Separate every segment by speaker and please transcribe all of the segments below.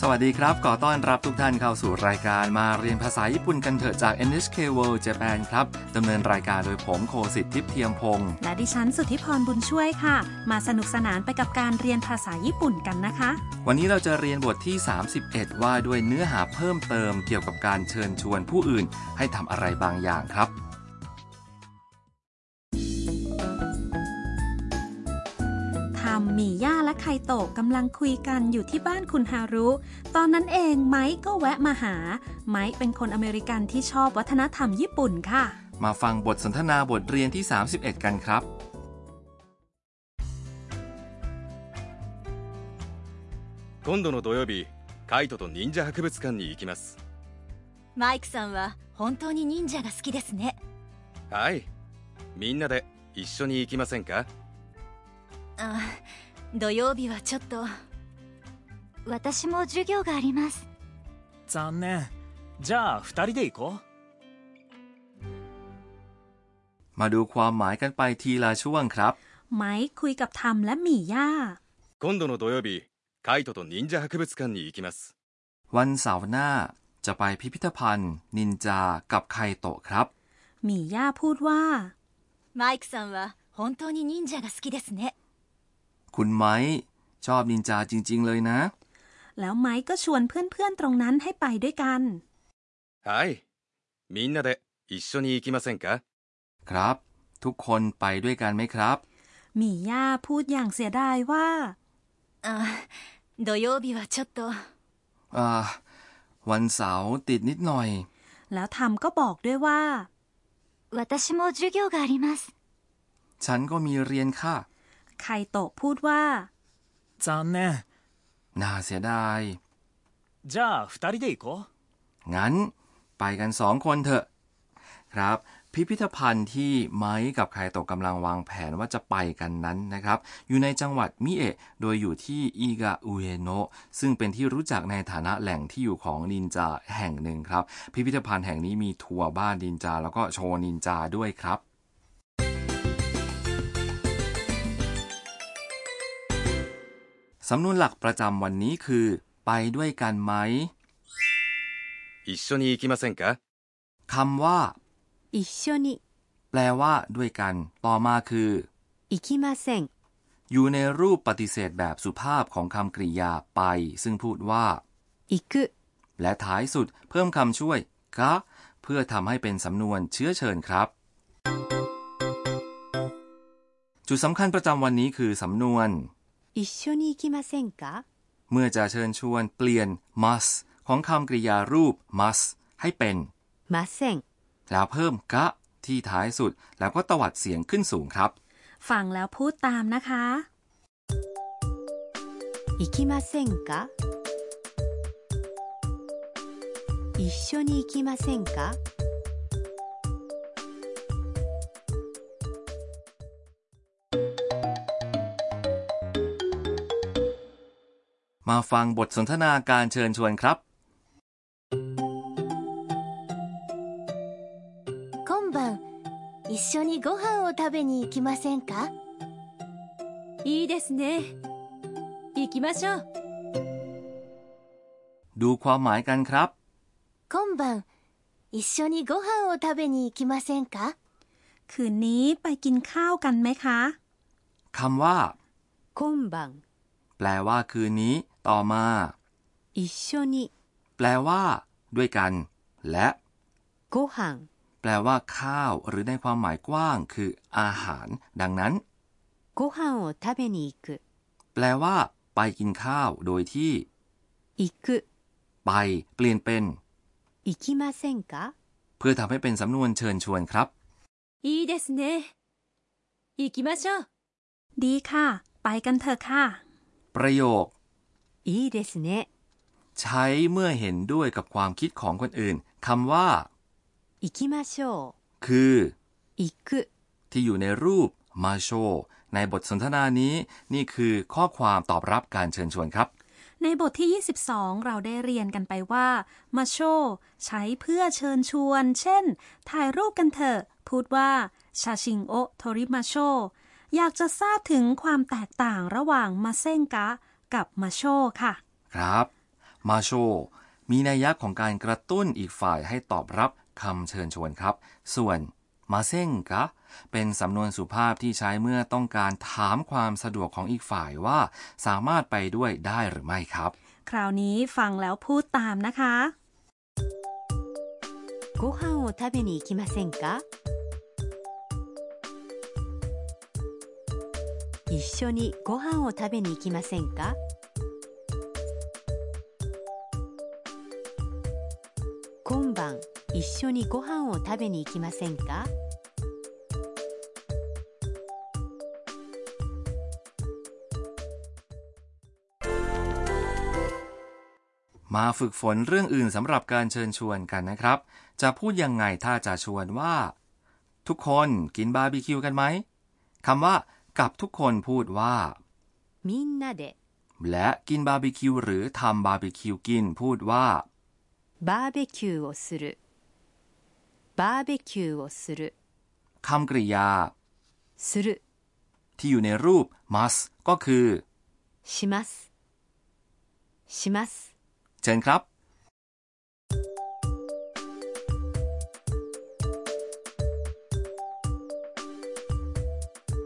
Speaker 1: สวัสดีครับ ขอต้อนรับทุกท่านเข้าสู่รายการมาเรียนภาษาญี่ปุ่นกันเถอะจาก NHK World Japan ครับดำเนินรายการโดยผมโคสิทธิ์ทิพย์เทียมพงศ์
Speaker 2: และดิฉันสุทธิพรบุญช่วยค่ะ มาสนุกสนานไปกับการเรียนภาษาญี่ปุ่นกันนะคะ
Speaker 1: วันนี้เราจะเรียนบทที่ 31 ว่าด้วยเนื้อหาเพิ่มเติมเกี่ยวกับการเชิญชวนผู้อื่น ให้ทำอะไรบางอย่างครับ
Speaker 2: ทามมีย่าและไคโตะกำลังคุยกันอยู่ที่บ้านคุณฮารุ ตอนนั้นเองไมค์ก็แวะมาหา ไมค์เป็นคนอเมริกันที่ชอบวัฒนธรรมญี่ปุ่นค่ะ
Speaker 1: มาฟังบทสนทนาบทเรียนที่ 31 กันครับ
Speaker 3: 今度の土曜日カイトと忍者博物館に行きます
Speaker 4: マイクさんは本当に忍者が好きですね
Speaker 3: はいみんなで一緒に行きませんか
Speaker 4: あ土曜日はちょっと私も授業があります
Speaker 5: 残念じゃあ二人で行こ
Speaker 1: มาดูความหมายกันไปทีละช่วงครับ
Speaker 2: ไมค์คุยกับทามและหมีย่า
Speaker 3: 今度の土曜日カイトと忍者博物館に行きます
Speaker 1: วันเสาร์หน้า จะไปพิพิธภัณฑ์ นินจากับไคโตะครับ
Speaker 2: หมีย่าพูดว่า
Speaker 4: マイクさんは本当に忍者が好きですね
Speaker 1: คุณไม้ชอบนินจาจริง ๆ เลยนะ
Speaker 2: แล้วไมค์ก็ชวนเพื่อนๆตรงนั้นให้ไปด้วยกัน
Speaker 3: はいみんなで一緒に行きませんか
Speaker 1: ครับ ทุกคนไปด้วยกันไหมครับ
Speaker 2: หมีย่าพูดอย่างเสียดายว่า
Speaker 4: あ土曜日はちょっと
Speaker 1: อ่า วันเสาร์ติดนิดหน่อย
Speaker 2: แล้วทามก็บอกด้วยว่า
Speaker 4: 私も授業があります
Speaker 1: ฉันก็มีเรียนค่ะ
Speaker 2: ไคโตะพูดว่า
Speaker 5: う残念
Speaker 1: น่าเสียดาย
Speaker 5: じゃあ二人で行こう
Speaker 1: งั้นไปกันสองคนเถอะ ครับ พิพิธภัณฑ์ที่ไม้กับไคโตะกำลังวางแผนว่าจะไปกันนั้นนะครับ อยู่ในจังหวัดมิเอะโดยอยู่ที่อิกาอุเอโนะซึ่งเป็นที่รู้จักในฐานะแหล่งที่อยู่ของนินจาแห่งหนึ่งครับ พิพิธภัณฑ์แห่งนี้มีทัวร์บ้านนินจา แล้วก็โชว์นินจาด้วยครับ สำนวนหลักประจำวันนี้คือ ไปด้วยกันไหม
Speaker 3: 一緒に行きませんか
Speaker 1: คำว่า
Speaker 4: 一緒に
Speaker 1: แปลว่า ด้วยกัน ต่อมาคือ
Speaker 4: 行きません
Speaker 1: อยู่ในรูปปฏิเสธแบบสุภาพของคำกริยาไป ซึ่งพูดว่า
Speaker 4: 行く
Speaker 1: และท้ายสุด เพิ่มคำช่วยกะเพื่อทำให้เป็นสำนวนเชื้อเชิญครับ จุดสำคัญประจำวันนี้คือสำนวน
Speaker 4: 一緒に行きませんか
Speaker 1: เมื่อจะเชิญชวนเปลี่ยน must ของคำกริยารูป must ให้เป็น
Speaker 4: ません
Speaker 1: แล้วเพิ่มกะที่ท้ายสุด แล้วก็ตวัดเสียงขึ้นสูงครับ
Speaker 2: ฟังแล้วพูดตามนะคะ
Speaker 4: 行きませんか一緒に行きませんか
Speaker 1: มาฟังบทสนทนาการเชิญชวนครับ
Speaker 4: 今晩一緒にご飯を食べに行きませんかいいですね行きましょう
Speaker 1: ดูความหมายกันครับ
Speaker 4: 今晩一緒にご飯を食べに行きませんか
Speaker 2: คืนนี้ไปกินข้าวกันไหมคะ
Speaker 1: คำว่า
Speaker 4: 今晩
Speaker 1: แปลว่าคืนนี้ ต่อมา
Speaker 4: 一緒に
Speaker 1: แปลว่า ด้วยกัน และ
Speaker 4: ご飯
Speaker 1: แปลว่า ข้าว หรือในความหมายกว้าง คือ อาหาร ดังนั้น
Speaker 4: ご飯を食べに行く
Speaker 1: แปลว่า ไปกินข้าว โดยที่
Speaker 4: 行く
Speaker 1: ไป เปลี่ยนเป็น
Speaker 4: 行きませんか
Speaker 1: เพื่อทำให้เป็นสำนวนเชิญชวนครับ
Speaker 4: いいですね行きましょう
Speaker 2: ดีค่ะ ไปกันเถอะค่ะ
Speaker 1: ประโยค
Speaker 4: いいですね
Speaker 1: ใช้เมื่อเห็นด้วยกับความคิดของคนอื่นคำว่า
Speaker 4: 行きましょ
Speaker 1: คือ
Speaker 4: う行く
Speaker 1: ที่อยู่ในรูปมาโชในบทสนทนานี้ นี่คือข้อความตอบรับการเชิญชวนครับ
Speaker 2: ในบทที่ 22 เราได้เรียนกันไปว่ามาโชใช้เพื่อเชิญชวน เช่น ถ่ายรูปกันเถอะ พูดว่าชาชิงโอโทริมาโชอยากจะทราบถึงความแตกต่างระหว่างมาเซงกะ กับมาโชค่ะ
Speaker 1: ครับ มาโชว์มีนัยยะของการกระตุ้นอีกฝ่ายให้ตอบรับคำเชิญชวนครับ ส่วนมาเซ่งกะเป็นสำนวนสุภาพที่ใช้เมื่อต้องการถามความสะดวกของอีกฝ่ายว่า สามารถไปด้วยได้หรือไม่ครับ
Speaker 2: คราวนี้ฟังแล้วพูดตามนะคะ
Speaker 4: ご飯を食べに行きませんか一緒にご飯を食べに行きませんか今晩一緒にご飯を食べに行きませんか
Speaker 1: มาฝึกฝนเรื่องอื่นสำหรับการเชิญชวนกันนะครับ จะพูดยังไงถ้าจะชวนว่า ทุกคนกินบาร์บีคิวกันไหมคำว่ากับทุกคนพูดว่า
Speaker 4: みんなで
Speaker 1: และกินบาร์บีคิวหรือทำบาร์บีคิวกินพูดว่า
Speaker 4: バーベキューをするバーベキューをする
Speaker 1: คำกริยา
Speaker 4: する
Speaker 1: ที่อยู่ในรูป must ก็คือ
Speaker 4: しますします
Speaker 1: เชิญครับ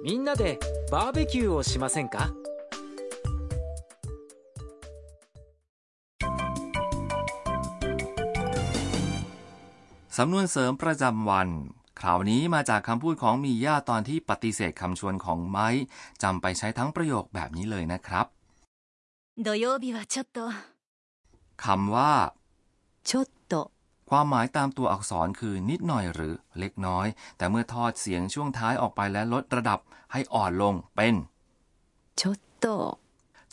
Speaker 5: みんなでバーベキューをしませんか
Speaker 1: สำนวนเสริมประจำวัน คราวนี้มาจากคำพูดของมีย่าตอนที่ปฏิเสธคำชวนของไม้จำไปใช้ทั้งประโยคแบบนี้เลยนะครับ
Speaker 4: 土曜日はちょっと
Speaker 1: คำว่า
Speaker 4: ちょっと
Speaker 1: ความหมายตามตัวอักษรคือนิดหน่อยหรือเล็กน้อย แต่เมื่อทอดเสียงช่วงท้ายออกไปและลดระดับให้อ่อนลงเป็น
Speaker 4: ちょっと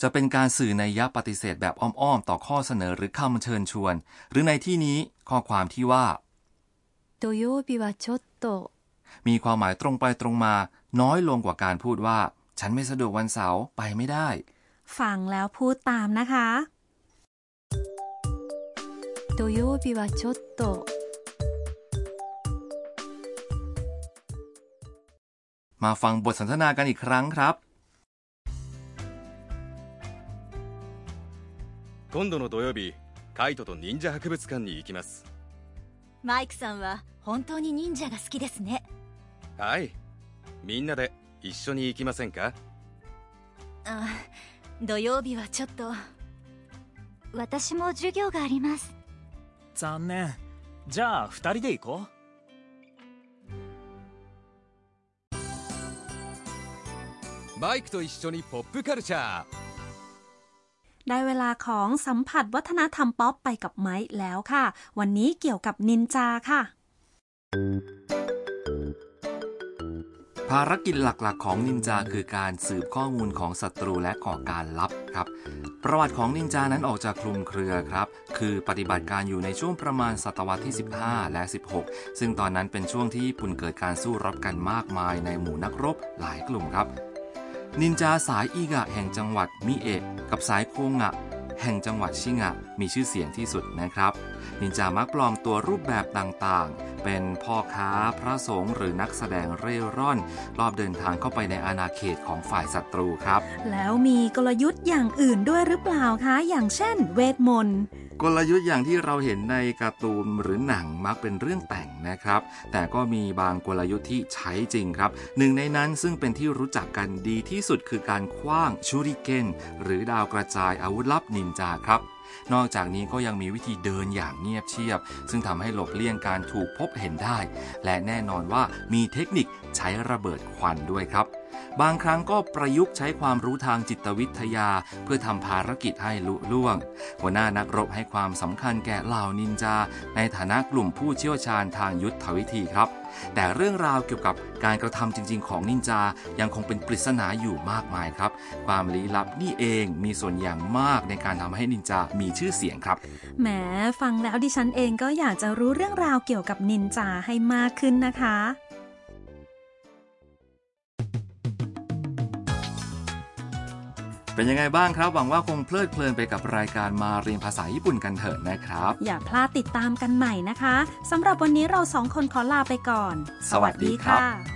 Speaker 1: จะเป็นการสื่อในยยะปฏิเสธแบบอ้อมๆ ต่อข้อเสนอหรือคำเชิญชวน หรือในที่นี้ข้อความที่ว่า
Speaker 4: 土曜日はちょっと
Speaker 1: มีความหมายตรงไปตรงมา น้อยลงกว่าการพูดว่า ฉันไม่สะดวกวันเสาร์ไปไม่ได้
Speaker 2: ฟังแล้วพูดตามนะคะ
Speaker 4: 土曜日はちょっと
Speaker 1: มาฟังบทสนทนากันอีกครั้งครับ
Speaker 3: 今度の土曜日カイトと忍者博物館に行きます
Speaker 4: マイクさんは本当に忍者が好きですね
Speaker 3: はいみんなで一緒に行きませんか
Speaker 4: あ土曜日はちょっと私も授業があります
Speaker 5: 残念じゃあ二人で行こう
Speaker 6: マイクと一緒にポップカルチャー
Speaker 2: ได้เวลาของสัมผัสวัฒนธรรมป๊อปไปกับไม้แล้วค่ะ วันนี้เกี่ยวกับนินจาค่ะ
Speaker 1: ภารกิจหลักๆ ของนินจาคือการสืบข้อมูลของศัตรูและก่อการลับครับ ประวัติของนินจานั้นออกจากคลุมเครือครับ คือปฏิบัติการอยู่ในช่วงประมาณศตวรรษที่ 15 และ 16 ซึ่งตอนนั้นเป็นช่วงที่ญี่ปุ่นเกิดการสู้รบกันมากมายในหมู่นักรบหลายกลุ่มครับ นินจาสายอีกะแห่งจังหวัดมิเอะกับสายโคงะ แห่งจังหวัดชิงะ มีชื่อเสียงที่สุดนะครับ นินจามักปลอมตัวรูปแบบต่างๆ เป็นพ่อค้าพระสงฆ์หรือนักแสดงเร่ร่อน รอบเดินทางเข้าไปในอาณาเขตของฝ่ายศัตรูครับ
Speaker 2: แล้วมีกลยุทธ์อย่างอื่นด้วยหรือเปล่าคะ อย่างเช่น เวทมนต์
Speaker 1: กลยุทธ์อย่างที่เราเห็นในการ์ตูนหรือหนังมักเป็นเรื่องแต่งนะครับ แต่ก็มีบางกลยุทธ์ที่ใช้จริงครับ หนึ่งในนั้นซึ่งเป็นที่รู้จักกันดีที่สุดคือการคว้างชูริเกนหรือดาวกระจายอาวุธลับนินจาครับ นอกจากนี้ก็ยังมีวิธีเดินอย่างเงียบเชียบ ซึ่งทำให้หลบเลี่ยงการถูกพบเห็นได้ และแน่นอนว่ามีเทคนิคใช้ระเบิดควันด้วยครับ บางครั้งก็ประยุกต์ใช้ความรู้ทางจิตวิทยา เพื่อทำภารกิจให้ลุล่วง หัวหน้านักรบให้ความสำคัญแก่เหล่านินจา ในฐานะกลุ่มผู้เชี่ยวชาญทางยุทธวิธีครับ แต่เรื่องราวเกี่ยวกับการกระทำจริง ๆ ของนินจายังคงเป็นปริศนาอยู่มากมายครับ ความลี้ลับนี่เองมีส่วนอย่างมากในการทำให้นินจามีชื่อเสียงครับ
Speaker 2: แหมฟังแล้วดิฉันเองก็อยากจะรู้เรื่องราวเกี่ยวกับนินจาให้มากขึ้นนะคะ
Speaker 1: เป็นยังไงบ้างครับ หวังว่าคงเพลิดเพลินไปกับรายการมาเรียนภาษาญี่ปุ่นกันเถอะนะครับ
Speaker 2: อย่าพลาดติดตามกันใหม่นะคะสำหรับวันนี้เราสองคนขอลาไปก่อน
Speaker 1: สวัสดีครับ
Speaker 2: สวัสดีค่ะ